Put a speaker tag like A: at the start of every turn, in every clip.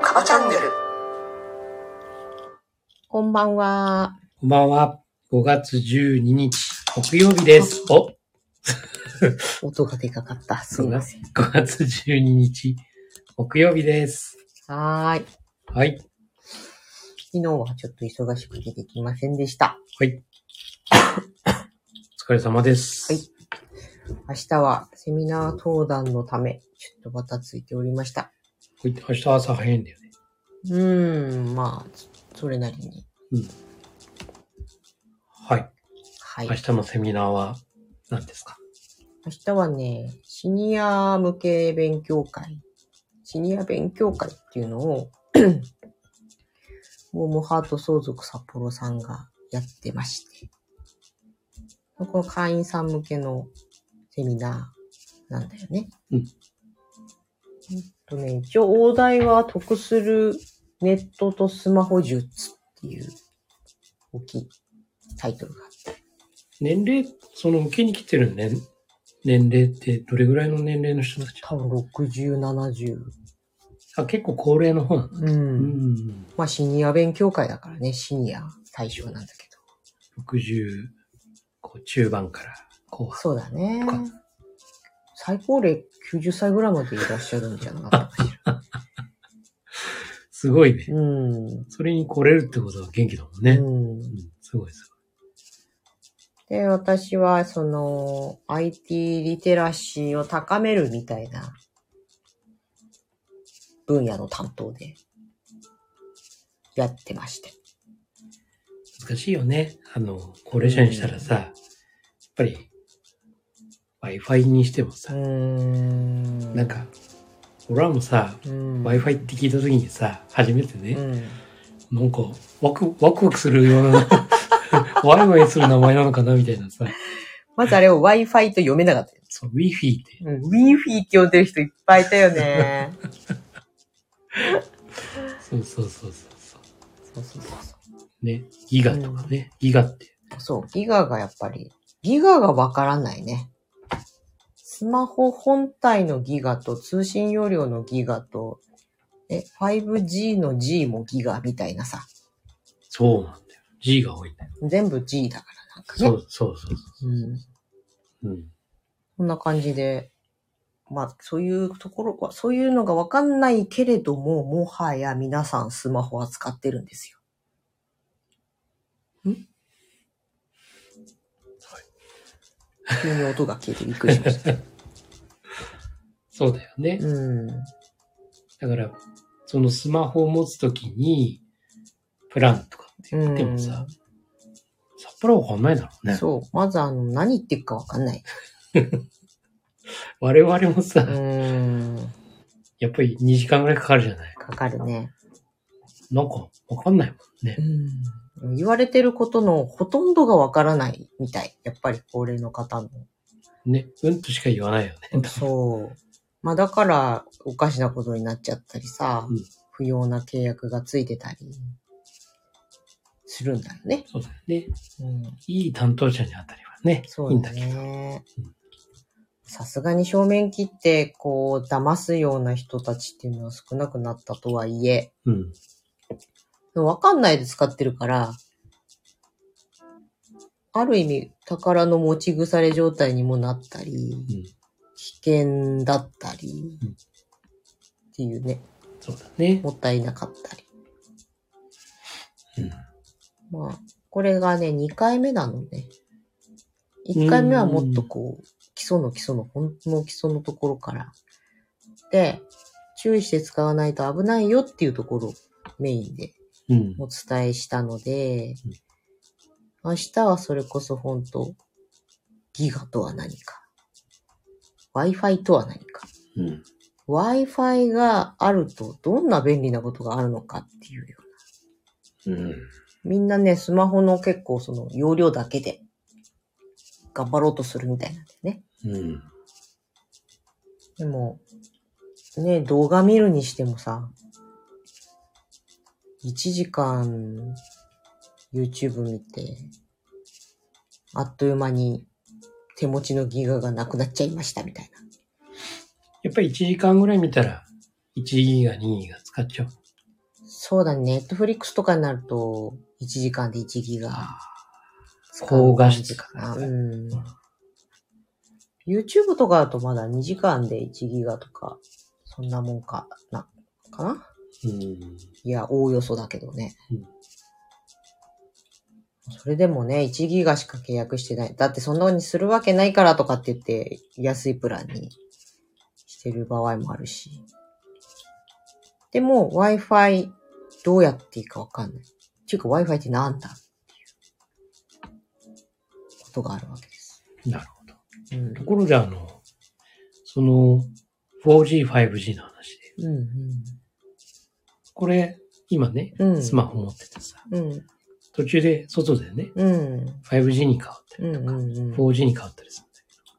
A: カバチャンネル。
B: こんばんは。
C: こんばんは。5月12日、木曜日です。お、
B: 音がでかかった。すみません。
C: 5月12日、木曜日です。
B: はーい。
C: はい。
B: 昨日はちょっと忙しくてできませんでした。
C: はい。 お疲れ様です。
B: はい明日はセミナー登壇のため、ちょっとバタついておりました。
C: こういった明日朝早いんだよね。
B: うーん、まあ、それなりに。
C: はい。
B: はい。
C: 明
B: 明
C: 日のセミナーは何ですか
B: 日はね、シニア向け勉強会。シニア勉強会っていうのを、 モーモハート相続札幌さんがやってまして。この会員さん向けのセミナーなんだよね。
C: うん
B: えっとね、一応、大台は得するネットとスマホ術っていう大きいタイトルがあって。
C: 年齢、その受けに来てる年、年齢ってどれぐらいの年齢の人たち
B: 多分60、70。
C: あ、結構高齢の方なの。
B: う。
C: うんん。
B: まあ、シニア勉強会だからね、シニア対象なんだけ
C: 60、こう中盤から後
B: ど。
C: 半。
B: そうだね
C: か。
B: 最高齢90歳ぐらいまでいらっしゃるんじゃなか ったかし
C: すごいね。
B: ら。うん。
C: それに来れるってことは元気だもんね。うん、
B: うん。
C: すごいす
B: で、私は、その、IT リテラシーを高めるみたいな分野の担当でやってまして。
C: ごい。難しいよね。あの、高齢者にしたらさ、やっぱり、Wi-Fi にしても
B: う
C: さ、
B: ん。
C: なん、か、俺らもさ、
B: うん。
C: Wi-Fi って聞いた時にさ、初めて
B: う
C: ね、
B: ん。
C: なんか、ワク、ワクワクするような、 ワイワイする名前なのかなみたいなさ、
B: まずあれを Wi-Fi と読めなかったよ。
C: そう、Wi-Fi って。
B: うん、ウィンフィーって呼んでる人いっぱいいたよ ね。
C: そうそうそうそう
B: そ
C: そ。
B: うそうそうそう
C: ね、ギガとかね、ギガって。
B: う。そう、ギガがやっぱり、ギガがわからないね。スマホ本体のギガと通信容量のギガと、え、5G の G もギガみたいなさ。
C: そうなんだよ。G が多いんだよ。
B: 全部 G だからなんかね。。
C: そうそうそう
B: ん。
C: う。うん。
B: こんな感じで、まあ、そういうところは、そういうのがわかんないけれども、もはや皆さんスマホは使ってるんですよ。ん急に音が消えてびっくりしました。
C: そうだよね。
B: うん。
C: だから、そのスマホを持つときに、プランとかって言ってもさ、さっぱりわかんないだろうね。
B: そう。まずあの、何言ってるかわかんない。
C: 我々もさ、
B: うん。
C: やっぱり2時間ぐらいかかるじゃない。
B: かかるね。
C: なんか、わかんないもんね。
B: うん。言われてることのほとんどがわからないみたい。やっぱり高齢の方の。
C: ね、うんとしか言わないよね。
B: そう。まあだから、おかしなことになっちゃったりさ、
C: うん
B: 不要な契約がついてたり、するんだよね。
C: そうだよね。
B: うん。
C: いい担当者にあたりはね、
B: そ
C: いい
B: うん
C: だ
B: だ
C: けど。
B: ね
C: うん。
B: さすがに正面切って、こう、騙すような人たちっていうのは少なくなったとはいえ、
C: うん。
B: でもわかんないで使ってるから、ある意味、宝の持ち腐れ状態にもなったり、
C: うん。
B: 危険だったり、
C: うん
B: っていうね。
C: そうだね。
B: もったいなかったり。
C: うん。
B: まあ、これがね、2回目なので、1回目はもっとこう、基礎の基礎の、本当の基礎のところから。で、注意して使わないと危ないよっていうところをメインで
C: うん。
B: お伝えしたので
C: うん、
B: 明日はそれこそ本当、ギガとは何か、Wi-Fi とは何か、
C: うん。
B: Wi-Fi があるとどんな便利なことがあるのかっていうよ
C: うん。
B: みんなね、スマホの結構その容量だけで頑張ろうとするみたいなんだよね。
C: うん。
B: でも、ね、動画見るにしてもさ、 1時間 YouTube 見て、あっという間に手持ちのギガがなくなっちゃいましたみたいな。
C: やっぱり1時間ぐらい見たら、1ギガ、2ギガ使っちゃう。
B: そうだね、Netflix とかになると1時間で1ギガ使う
C: 高画質
B: か
C: か
B: な。う
C: な。
B: ん。YouTube とかだとまだ2時間で1ギガとか、そんなもんかな、かな
C: うん。
B: いや、おおよそだけどね。
C: うん
B: それでもね、1ギガしか契約してない。だってそんなにするわけないからとかって言って、安いプランにしてる場合もあるし。でも Wi-Fi どうやっていいかわかんない。っていうか Wi-Fi ってなんだっていうことがあるわけです。
C: なるほど。
B: うん
C: と。ころで、あの、その、4G、5G の話で。
B: うん、
C: これ、今ね、
B: うん。うん。
C: スマホ持っててさ、
B: うん。
C: 途中で外でね、
B: うん。
C: 5G に変わった
B: う
C: り
B: ん。
C: と
B: う
C: か、
B: ん。うん。
C: 4G に変わったりするんだけど、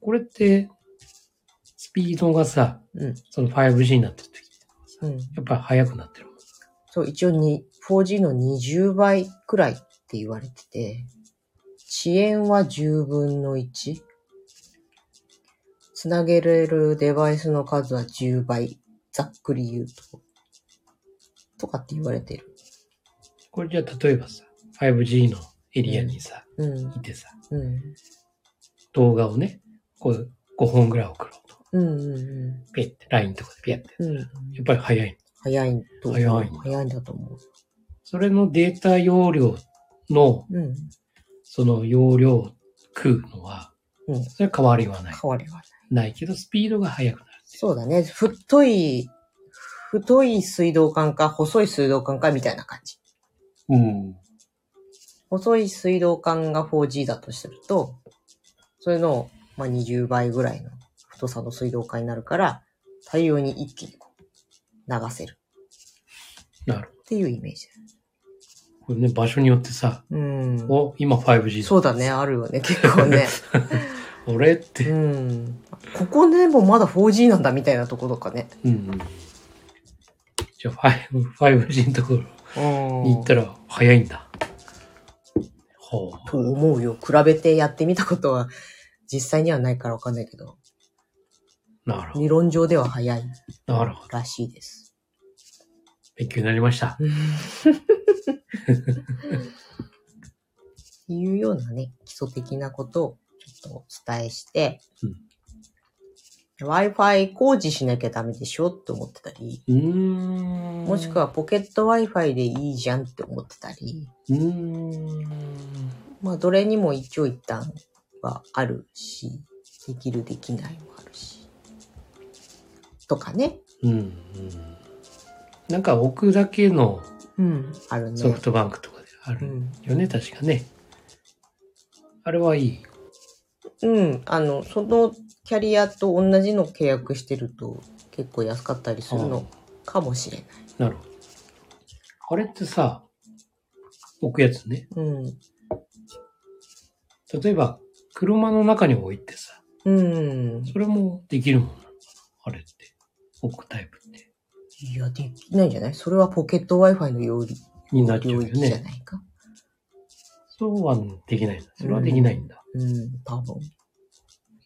C: これって、スピードがさ、
B: うん
C: その 5G になってる時ってさ、
B: うん
C: やっぱり速くなってるもん。
B: そう、一応に 4G の20倍くらいって言われてて、遅延は10分の1。つなげれるデバイスの数は10倍。ざっくり言うと。とかって言われてる。
C: これじゃあ例えばさ、5G のエリアにさ、
B: うん、
C: いてさ、
B: うん、
C: 動画をね、こう5本ぐらい送ろうと。
B: うん、う
C: ペッて、LINE とかでペッて。
B: ん、うん。
C: やっぱり速い。
B: 早いと思う。
C: 早いんだ
B: 早いんだと思
C: それのデータ容量の、
B: う。うん。
C: その容量を食うのは、
B: うん
C: それは変わりはない。
B: 変わりはない。
C: ないけど、スピードが速くなる。
B: そうだね。太い、太い水道管か細い水道管かみたいな感じ。
C: うん。
B: 細い水道管が 4G だとすると、それの、まあ、20倍ぐらいの太さの水道管になるから、大量に一気にこう流せる
C: なるほど
B: っていうイメージだ。
C: これね、場所によってさ、
B: うん。
C: お、今 5G だ。
B: そうだね、あるよね、結構ね。
C: 俺っ
B: う
C: て、
B: ん。ここね、もうまだ 4G なんだみたいなところかね。
C: うん。じゃあ 5- 5G のところに行
B: う
C: ったら速いんだ。ほう。
B: と思うよ。比べてやってみたことは、実際にはないからわかんないけど、
C: なるほ
B: 理論上では早い
C: ど。なるほど。
B: らしいです。
C: 勉強になりました。
B: っていうようなね、基礎的なことをちょっとお伝えして、Wi-Fi 工事しなきゃダメでしょって思ってたり、
C: うーん。
B: もしく
C: は。
B: はポケット Wi-Fi でいいじゃんって思ってたり、
C: うーん。
B: まあどれにも一応一旦はあるし、できるできないもあるし、とかね。
C: うん。うんなんか置くだけの
B: うん。あるね。
C: ソフトバンクとかであ
B: う
C: る
B: ん。
C: よね、確かね。あれはいい。
B: うん、あの、そのキャリアと同じの契約してると結構安かったりするのかもしれない。
C: なるほど。あれってさ、置くやつね。
B: うん。
C: 例えば、車の中に置いてさ、
B: うん。
C: それもできるもんなのかなあれって。置くタイプって。
B: いや、できないんじゃないそれはポケット Wi-Fi の領域
C: になっちゃ
B: 領
C: うよ
B: 域じゃ
C: ね。
B: ないか。
C: そうはできないんだ。それはできないんだ。
B: うん、多分。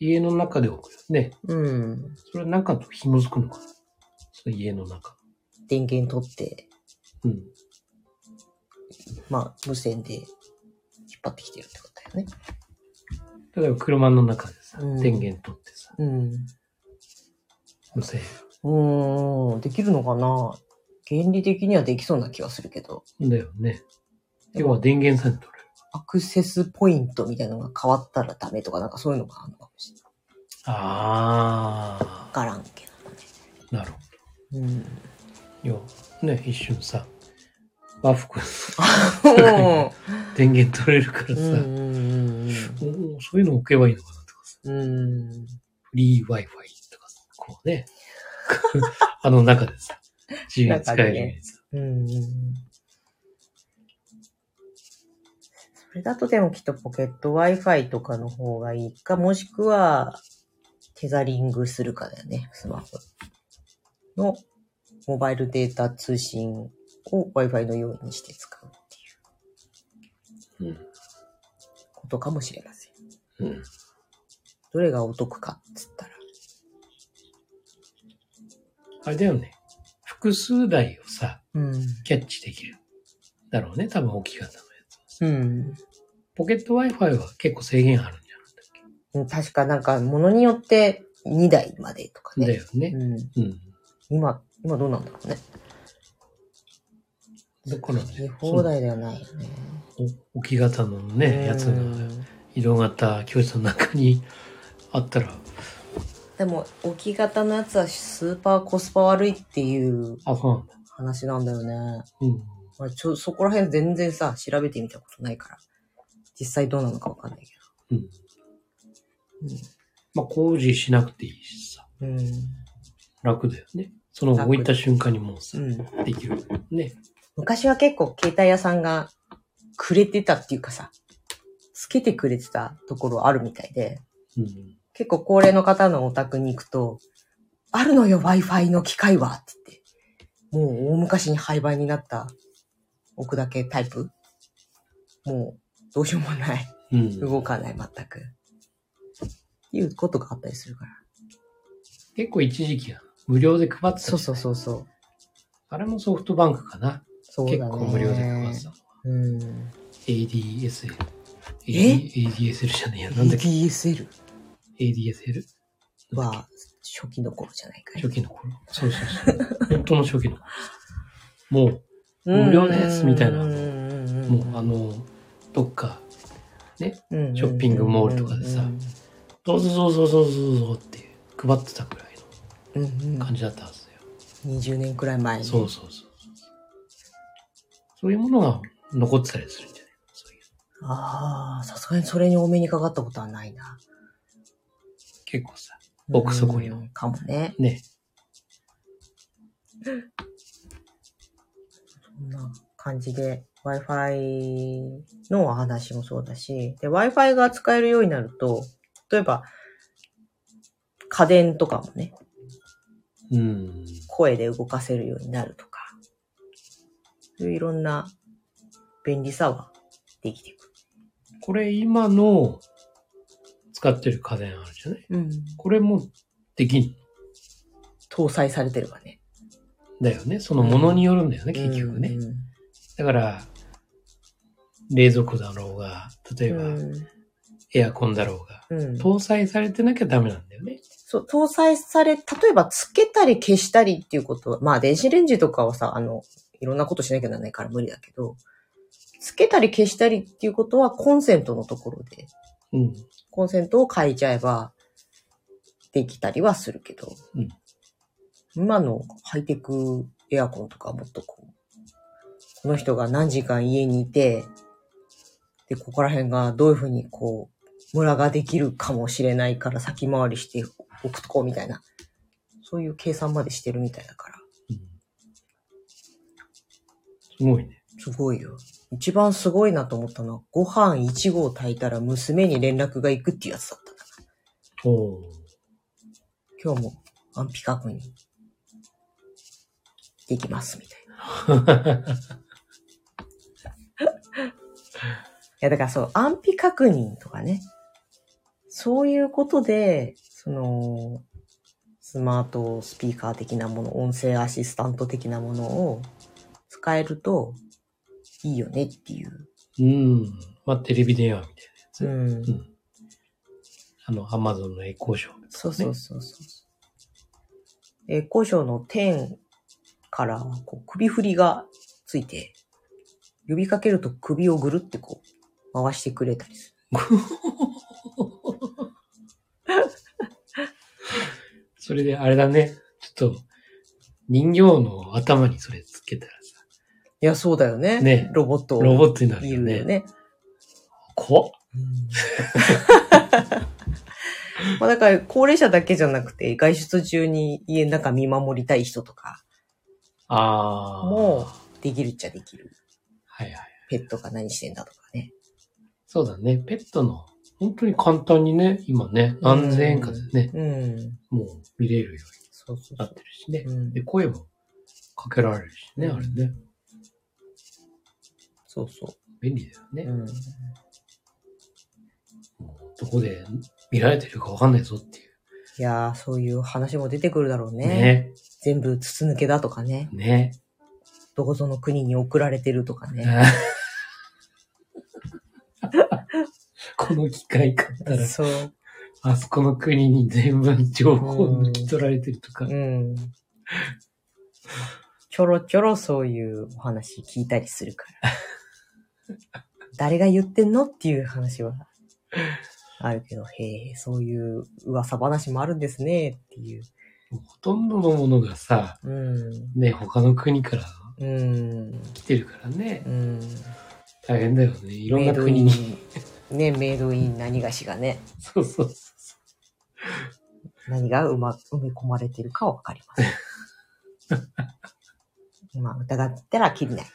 C: 家の中で置くよね。
B: うん。
C: それは中と紐づくのかなその家の中。
B: 電源取って、
C: うん。
B: まあ、無線で引っ張ってきてるってことだよね。
C: 例えば車の中でさ、
B: うん
C: 電源取ってさ、無
B: うん。
C: 線。
B: うーん、できるのかな原理的にはできそうな気はするけど、
C: だよね。
B: で
C: 要
B: も
C: は電源さえ取れる。
B: アクセスポイントみたいなのが変わったらダメとか、なんかそういうのがあるのかもしれない。
C: あ
B: わからんけ
C: あ、なるほ
B: ど。うん。
C: ど。要はね、一瞬さ、和服、
B: うん
C: 電源取れるからさ、
B: うん
C: おおそういうの置けばいいのかなとかさ、
B: うんうん。
C: フリー Wi-Fi とかさ、こうね、あの中でさ、自由に使えるようにさ、
B: うん。それだとでもきっとポケット Wi-Fi とかの方がいいか、もしくは、テザリングするかだよね、スマホ。の、モバイルデータ通信を Wi-Fi のようにして使うっていう
C: うん。
B: ことかもしれません。
C: うん。
B: どれがお得かっつったら。
C: あれだよね。複数台をさ、
B: うん。
C: キャッチできる。だろうね。多分大きい方のやつ。
B: うん。
C: ポケット Wi-Fi は結構制限あるんじ
B: 確かなんか、ものによって2台までとか
C: ゃな
B: ね。
C: いだよね。
B: うん。
C: うん。
B: 今、今どうなんだろうね。
C: だからね
B: 見放題ではないよね。
C: お置き型のね、やつ
B: う
C: が
B: ん
C: 移動型教室の中にあったら、
B: でも、置き型のやつはスーパーコスパ悪いっていう
C: あ、そうなんだ。
B: 話なんだよね。
C: うん。
B: まあ、ちょ、そこら辺全然さ、調べてみたことないから。実際どうなのかわかんないけ
C: うん。
B: ど。
C: まあ、工事しなくていいしさ、
B: うん。
C: 楽だよね。その
B: 楽
C: 置いた瞬間にもうさ
B: う、ん。
C: できる。ね。
B: 昔は結構携帯屋さんがくれてたっていうかさ、つけてくれてたところあるみたいで、
C: うん。
B: 結構高齢の方のお宅に行くと、あるのよ Wi-Fi の機械はって言って、もう大昔に廃盤になった置くだけタイプもうどうしようもない。
C: うん。
B: 動かない全く。いうことがあったりするから。
C: 結構一時期は無料で配ってたじゃん
B: そうそうそうそう。
C: あれもソフトバンクかな。
B: そうだね
C: 結。構無料で配ってたのは。
B: うん。
C: ADSL。
B: え
C: ADSL じゃねえや。なんだっけ
B: DSL
C: ?ADSL?
B: は初期の頃じゃないかい
C: 初期の頃。そうそ うそう。本当の初期の頃。もう、無料のやつみたいなのもうあの、どっか、
B: の
C: ショッピングモールとかでさどうぞどうぞどうぞどうぞって配ってたくらい
B: うんう
C: の
B: ん
C: 感じだったはずだよ。
B: 20年くらい前に
C: そうそうそう。そういうものが残ってたりするんじゃないそういう
B: ああさすがにそれにお目にかかったことはないな
C: 結構さ、奥底には
B: うんかもね
C: ね。
B: そんな感じで Wi-Fi のお話もそうだしで Wi-Fi が使えるようになると例えば家電とかもね
C: うん。
B: 声で動かせるようになるとか、そういういろんな便利さはできていく。
C: これ今の使ってる家電あるじゃない
B: うん。
C: これもできん
B: 搭載されてるわね。
C: だよね。そのものによるんだよね、結局ね。
B: うん
C: だから、冷蔵庫だろうが、例えばエアコンだろうが、
B: うんうん
C: 搭載されてなきゃダメなんだよね。
B: そう、搭載され、例えばつけたり消したりっていうことは、まあ電子レンジとかはさ、あの、いろんなことしなきゃならないから無理だけど、つけたり消したりっていうことはコンセントのところで、
C: うん。
B: コンセントを変えちゃえば、できたりはするけど、
C: うん
B: 今のハイテクエアコンとかはもっとこう、この人が何時間家にいて、で、ここら辺がどういうふうにこう、ムラができるかもしれないから先回りしておくとこうみたいな、そういう計算までしてるみたいだから、
C: うんすごいね。
B: すごいよ。一番すごいなと思ったのは、ご飯1合炊いたら娘に連絡が行くっていうやつだった。
C: おお。
B: 今日も安否確認できますみたいな。いや、だからそう、安否確認とかね。そういうことで、その、スマートスピーカー的なもの、音声アシスタント的なものを使えるといいよねっていう。
C: うん。まあ、テレビ電話みたい
B: うん
C: な。うん。あの、アマゾンのエコーショー。
B: そうそうそうそう。えー、古書の点からはこう首振りがついて、呼びかけると首をぐるってこう回してくれたりす
C: それで、あれだね。ちょっと、人形の頭にそれつけたらさ、
B: る。いや、そうだよね。
C: ね
B: ロボット
C: ロボットになる
B: い
C: よ
B: る
C: ね。
B: よね。
C: 怖っ
B: まあだから高齢者だけじゃなくて、外出中に家の中見守りたい人とか、
C: ああ。
B: もうできるっちゃできる。
C: はいはい。
B: ペットが何してんだとかね。
C: そうだね。ペットの、本当に簡単にね、今ね、何千円かでね、
B: うん。
C: もう見れるよう
B: そうそう
C: に
B: そ
C: な
B: う
C: ってるしね。
B: うん
C: で、声もかけられるしね、
B: うん
C: あれね。
B: そうそ
C: 便利だよ
B: う。
C: ね
B: う。ん。
C: もうどこで見られてるかわかんないぞっていう。
B: いやー、そういう話も出てくるだろうね。
C: ね。
B: 全部筒抜けだとかね。
C: ね。
B: どこぞの国に送られてるとか ね。
C: この機械買ったら、
B: そう。
C: あそこの国に全部情報抜き取られてるとか。
B: うん。ちょろちょろそういうお話聞いたりするから。 誰が言ってんのっていう話はあるけど、へえ、そういう噂話もあるんですね、っていう。
C: ほとんどのものがさ、
B: うん。
C: ね、他の国から
B: うん。
C: 来てるからね
B: う。ん。
C: 大変だよね。い
B: い
C: ろんな国に。。
B: ね、メイドイン何がしがね、
C: そうそうそうそ
B: 何がうま埋め込まれてるかわかりま せん。まあ、疑ったら切りない。
C: う。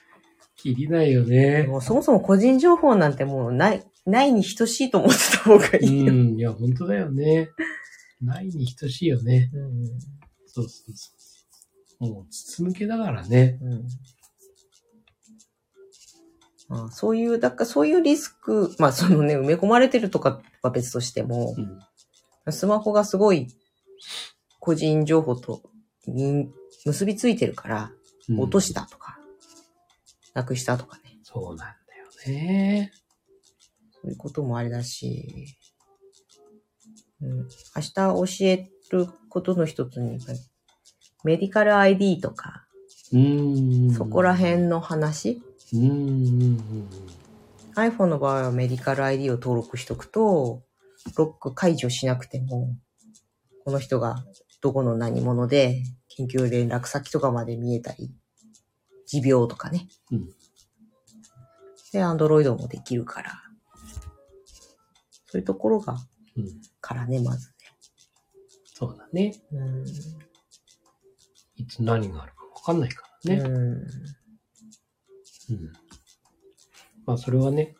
C: 切りないよね。
B: もうそもそも個人情報なんてもうない、ないに等しいと思ってた方がいういよ。
C: ん。いや、本当だよね。ないに等しいよね。
B: うん。
C: そうそうそう。もう、筒抜けだからね。
B: うん。まあ、そういう、だからそういうリスク、まあそのね、埋め込まれてるとかは別としても
C: う、ん。
B: スマホがすごい個人情報とに結びついてるから、
C: うん
B: 落としたとか、なくしたとかね、
C: そうなんだよね。
B: そういうこともあれだし、うん、明日教えることの一つに、メディカル ID とか、
C: うん。
B: そこら。辺の話、
C: うんうんうん。
B: iPhone の場合はメディカル ID を登録しとくと、ロック解除しなくても、この人がどこの何者で、緊急連絡先とかまで見えたり、持病とかね。
C: うん
B: で、Android もできるから。そういうところが、
C: うん。
B: からね、まず
C: そうだね。
B: ね。うん
C: いつ何があるかわかんないからね。
B: うん。
C: うん。まあ、それはね、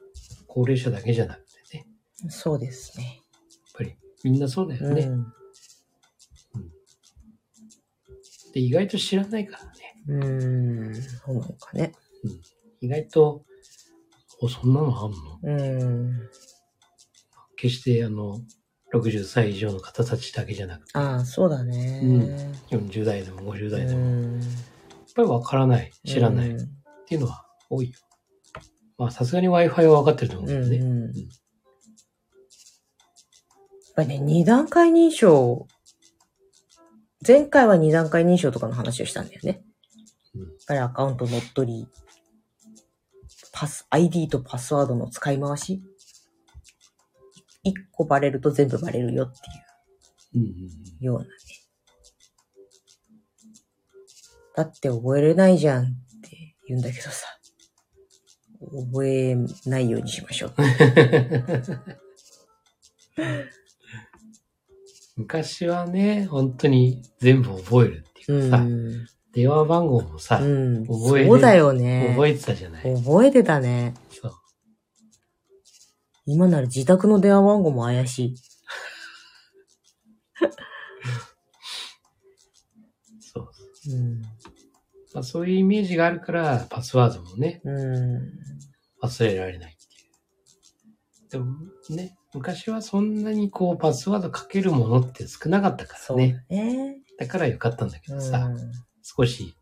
C: 高齢者だけじゃなくてね。
B: そうですね。
C: やっぱり、みんなそうだよね。
B: うん
C: で、意外と知らないからね。
B: うん。そうなのかね。
C: 意外と、お、そんなのあんの
B: うん。
C: 決して、あの、60歳以上の方たちだけじゃなくて、
B: ああ、そうだね。
C: うん40代でも50代でも、やっ
B: うん
C: ぱりわからない、知らないっ
B: うん
C: ていうのは多いよ。まあ、さすがに Wi-Fi はわかってると思うけどね。
B: うんうんやっぱりね、二段階認証、前回は二段階認証とかの話をしたんだよね。
C: うん
B: やっぱりアカウント乗っ取り、パス、ID とパスワードの使い回し。一個バレると全部バレるよって
C: うんうんうん
B: いうようなね。だって覚えれないじゃんって言うんだけどさ。覚えないようにしましょうって。
C: 昔はね、本当に全部覚えるっていうかさ、
B: ん。
C: 電話番号もさ、
B: うん、
C: 覚えれ
B: そうだよね。
C: 覚えてたじゃない。
B: 覚えてたね。
C: そう。
B: 今なら自宅の電話番号も怪しい。
C: そう。
B: うん。
C: まあ、そういうイメージがあるから、パスワードもね、
B: う
C: 忘れられないっていう。でもね、昔はそんなにこう、パスワードかけるものって少なかったか
B: そう
C: らね。
B: だね。
C: だからよかったんだけ
B: うん
C: どさ、少し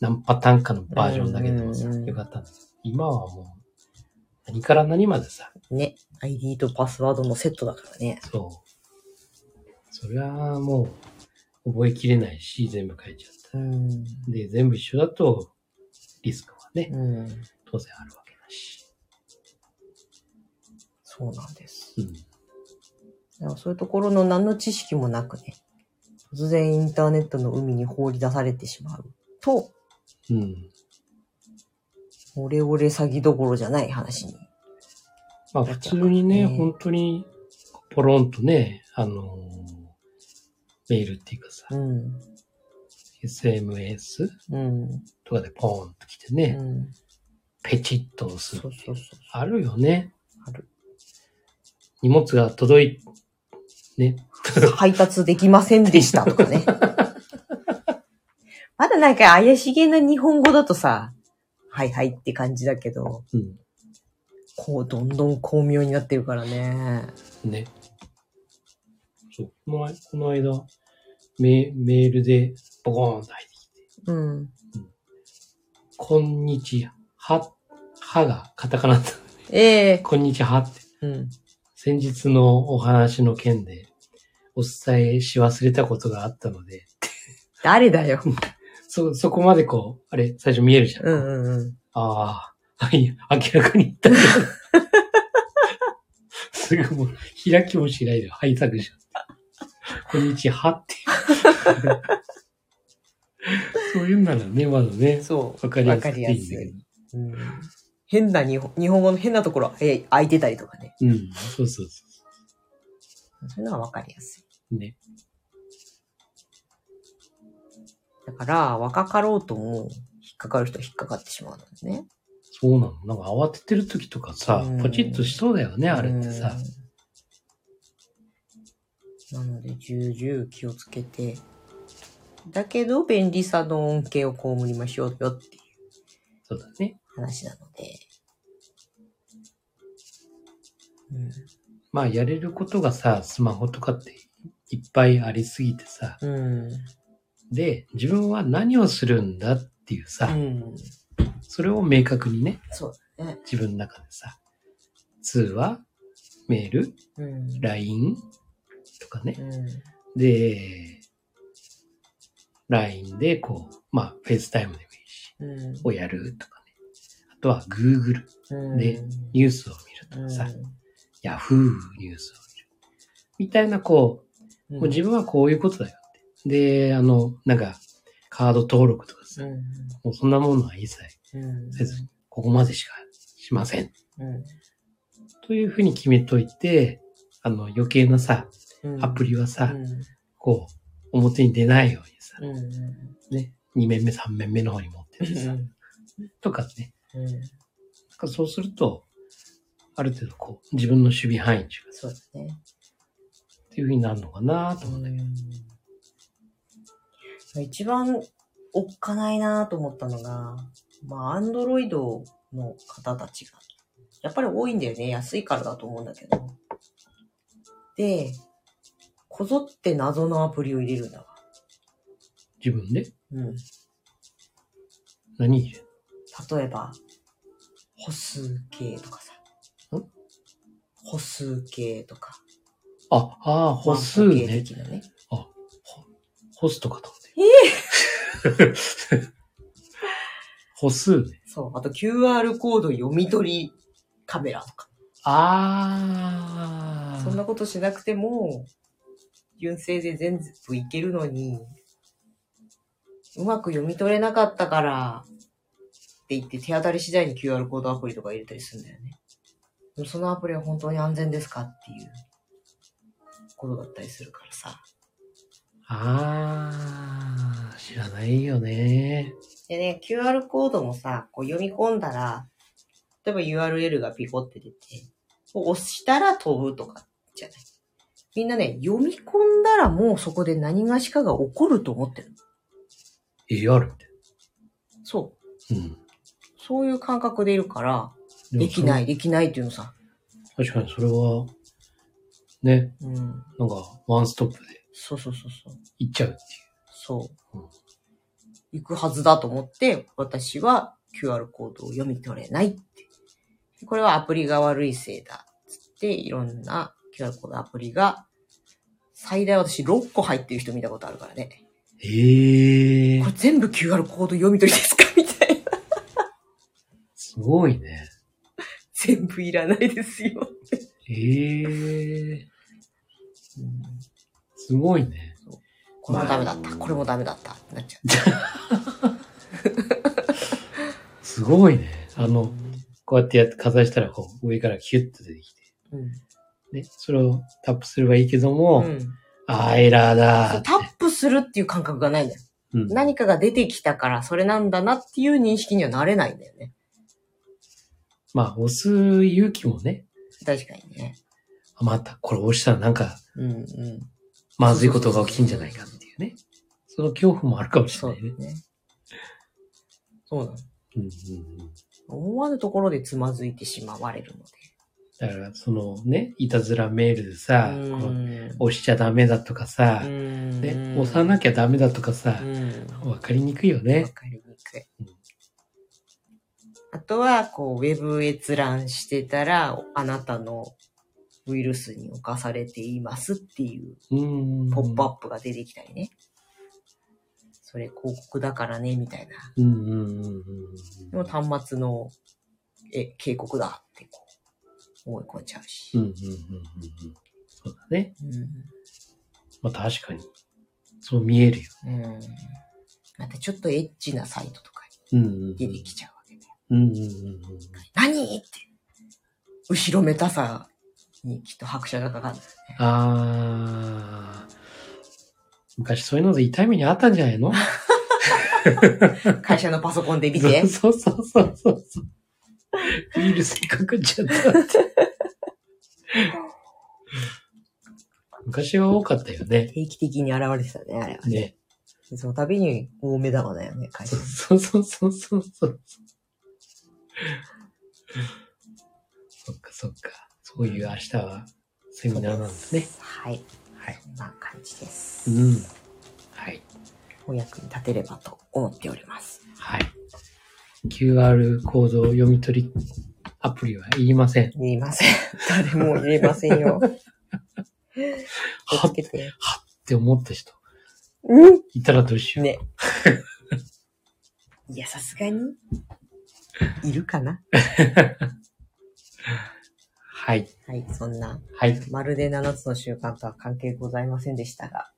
C: 何パターンかのバージョンだけでも
B: う
C: さ、
B: んうんうん
C: よかったんだけど、今はもう、何から何までさ、
B: ね。ID とパスワードのセットだからね。
C: そう。そりゃあもう、覚えきれないし、全部書いちゃった。
B: ん。
C: で、全部一緒だと、リスクはね、
B: うん。
C: 当然あるわけだし。
B: そうなんです。
C: うん。
B: だからそういうところの何の知識もなくね、突然インターネットの海に放り出されてしまうと、
C: うん。
B: オレオレ詐欺どころじゃない話に。
C: まあ普通にね、
B: だからね
C: 本当に、ポロンとね、あのーメールっていうかさ、
B: うん。
C: SMS
B: うん。
C: とかでポーンと来て
B: う
C: ね、
B: ん。
C: ペチッと押す
B: そうそうそう。
C: あるよね。
B: ある。
C: 荷物が届い、ね。
B: 配達できませんでしたとか ね。まだなんか怪しげな日本語だとさ、はいはいって感じだけど、
C: うん。
B: こう、どんどん巧妙になってるからね。
C: ね。そう。このこの間、メメールでボコーンと入ってきて、
B: うん。
C: こんにちは、はがカタカナだった。
B: ええ
C: こんにちはって。
B: うん。
C: 先日のお話の件で、お伝えし忘れたことがあったので、
B: 誰だ よ。
C: そ、そこまでこう、あれ、最初見えるじゃん。
B: うんうんうん。
C: ああ、はい、明らかに言ったけど。すぐもう、開きもしないで、はい、削除。こんにちはって。そういうならね、まだね、
B: そう。
C: わかりやすくていいんだけど。
B: うん変な日本日本語の変なところえ空いてたりとかね。
C: うん、そうそうそ
B: そういうのはわかりやすい。
C: う。ね。
B: だから、若かろうとも、引っかかる人は引っかかってしまうんですね。
C: そうなの。なんか慌ててる時とかさ
B: うん、
C: ポチッとしそうだよね、あれってさ。
B: うん。なので、重々気をつけて、だけど、便利さの恩恵を被りましょうよっていう
C: そうだね。
B: 話なので。うん。
C: まあ、やれることがさ、スマホとかっていっぱいありすぎてさ。
B: うん。
C: で、自分は何をするんだっていうさ、
B: うん。
C: それを明確にね、
B: そうだね。
C: 自分の中でさ、通話、メール、
B: うん。
C: LINE とかね。
B: うん。
C: で、LINE でこう、まあ、FaceTime でもいいし、
B: うん。
C: をやるとかね。あとは Google
B: うん
C: でニュースを見るとかさ、Yahoo ニュースを見る。みたいな、こ
B: う
C: う、
B: ん
C: もう自分はこういうことだよって。で、あの、なんか、カード登録とかさ、
B: うん
C: もうそんなものは一切
B: うん
C: せずに、ここまでしかしません。
B: うん
C: というふうに決めといて、あの、余計なさ、
B: うん
C: アプリはさ、
B: うん
C: こう、表に出ないようにさ、
B: うん
C: ね、2面目、3面目の方に持って
B: う
C: るさ、
B: ん
C: とかね。
B: うん
C: なんかそうすると、ある程度こう、自分の守備範囲っていうか
B: そうだね。
C: っていうふうになるのかなと思うんだけ
B: うん一番おっかないなと思ったのが、まあ、アンドロイドの方たちが、やっぱり多いんだよね。安いからだと思うんだけど。で、こぞって謎のアプリを入れるんだわ。
C: ど、自分で
B: うん。
C: 何入れる
B: 例えば、歩数計とかさ。
C: ん
B: 歩数計とか。
C: あ、ああ、歩数
B: 万歩計
C: ね。
B: 的なね。
C: ほホストかと思って。 歩数ね。
B: そう。あと QR コード読み取りカメラとか。
C: ああ。
B: そんなことしなくても、純正で全部いけるのに、うまく読み取れなかったから、って言って手当たり次第に QR コードアプリとか入れたりするんだよね。でもそのアプリは本当に安全ですかっていうことだったりするからさ。
C: ああ、知らないよね。
B: でね、QR コードもさ、こう読み込んだら、例えば URL がピコって出て、こう押したら飛ぶとかじゃない。みんなね、読み込んだらもうそこで何がしかが起こると思ってる。
C: え、あるみたい
B: そう。
C: うん。。
B: そういう感覚でいるから、できないい、できないっていうのさ。
C: 確かにそれは、ね、
B: うん。
C: なんか、ワンストップで
B: そうそうそうそう。
C: 行っちゃうって
B: そう
C: うん。
B: 行くはずだと思って、私は QR コードを読み取れないって。これはアプリが悪いせいだ。つって、いろんな QR コードアプリが、最大私6個入ってる人見たことあるからね。
C: いう。ええ
B: これ全部 QR コード読み取りですかみたいな。
C: すごいね。
B: 全部いらないですよ。
C: ええすごいね。
B: これもダメだった。これもダメだった。ってなっちゃ
C: すごいね。
B: う。
C: あの、、こうやってやってかざしたら、こう、上からキュッと出てきて。
B: うん。
C: ね、それをタップすればいいけど
B: う
C: も、
B: ん、
C: あーエラーだ
B: そ
C: ーっ
B: う
C: て
B: タ。ップするっていう感覚がないんだよ。
C: うん
B: 何かが出てきたから、それなんだなっていう認識にはなれないんだよね。
C: まあ、押す勇気もね、
B: 確かにね。
C: あまた、これ押したらなんか、
B: うんうん。
C: まずいことが起きんじゃないかっていうね。その恐怖もあるかもし
B: そ
C: れ
B: う
C: ないね。
B: だね。そうなの。
C: うんうんうん。
B: 思わぬところでつまずいてしまわれるので。
C: だから、そのね、いたずらメールでさ、
B: う
C: こうん押しちゃダメだとかさ、
B: うん
C: ね、押さなきゃダメだとかさ
B: う、ん
C: わかりにくいよ
B: わ
C: ね。
B: かりにくい
C: うん。
B: あとは、こう、ウェブ閲覧してたら、あなたのウイルスに侵されていますっていう
C: うん。
B: ポップアップが出てきたりね。それ広告だからね、みたいな。
C: うんうんうんうん
B: でも端末の、え、警告だってこう、思い込んじゃうし
C: うん。うんうんうんうん。そうだね。
B: う
C: まあ確かに。そう見えるよ。
B: ん。うん。またちょっとエッチなサイトとか
C: うんうんうん。
B: に出てきちゃうわけで。
C: うんうんうんうん。
B: 何って。後ろめたさにきっと拍車がかかる。
C: あー。昔そういうので痛い目にあったんじゃないの。
B: 会社のパソコンで見て
C: そうそうそうそうそう。ウイルスにかかっちゃったって。昔は多かったよね。
B: 定期的に現れてたね、あれは。
C: ね。
B: その度に大目玉だよね、会社。
C: そうそうそうそうそう。そっかそっか。そういう明日はセミナーなんですね。
B: はい。
C: はい。
B: そんな感じです。
C: うん。はい。
B: お役に立てればと思っております。
C: はい。QR コードを読み取りアプリはいりません。
B: 言いません。誰も言えませんよ。気
C: は
B: をつ
C: っ
B: けて。
C: て思った人
B: うん
C: いたらどうしよう。
B: ね。いや、さすがに、いるかな
C: はい。
B: はい、そんな、
C: はい。
B: まるで7つの習慣とは関係ございませんでしたが、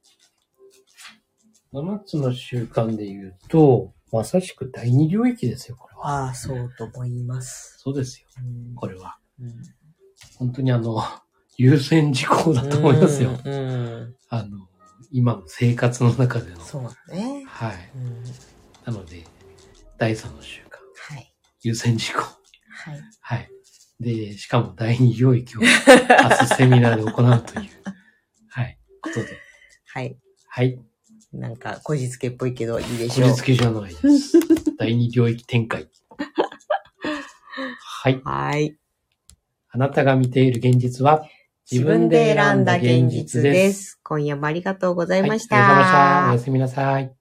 C: 7つの習慣で言うと、まさしく第二領域ですよ、これは。
B: ああ、そうと思います。
C: そうですよ、
B: うん
C: これは。
B: うん
C: 本当にあの、 優先事項だと思いますよ。
B: うんうん
C: あの、今の生活の中での。
B: そうだね。
C: はい。
B: うん
C: なので、第3の習慣、
B: はい。
C: 優先事項。
B: はい。
C: はい。で、しかも第2領域 を明日セミナーで行うという、はい、ことで。
B: はい。
C: はい。
B: なんか、こじつけっぽいけど、いいで
C: こ
B: しょ
C: じ
B: う
C: つ。けじゃない です。第2領域展開。はい。
B: はい。
C: あなたが見ている現実は、
B: 自分で選んだ現実です。今夜もありがとうござい
C: りがとうござい
B: ま
C: ま
B: し。
C: したた。おやすみなさい。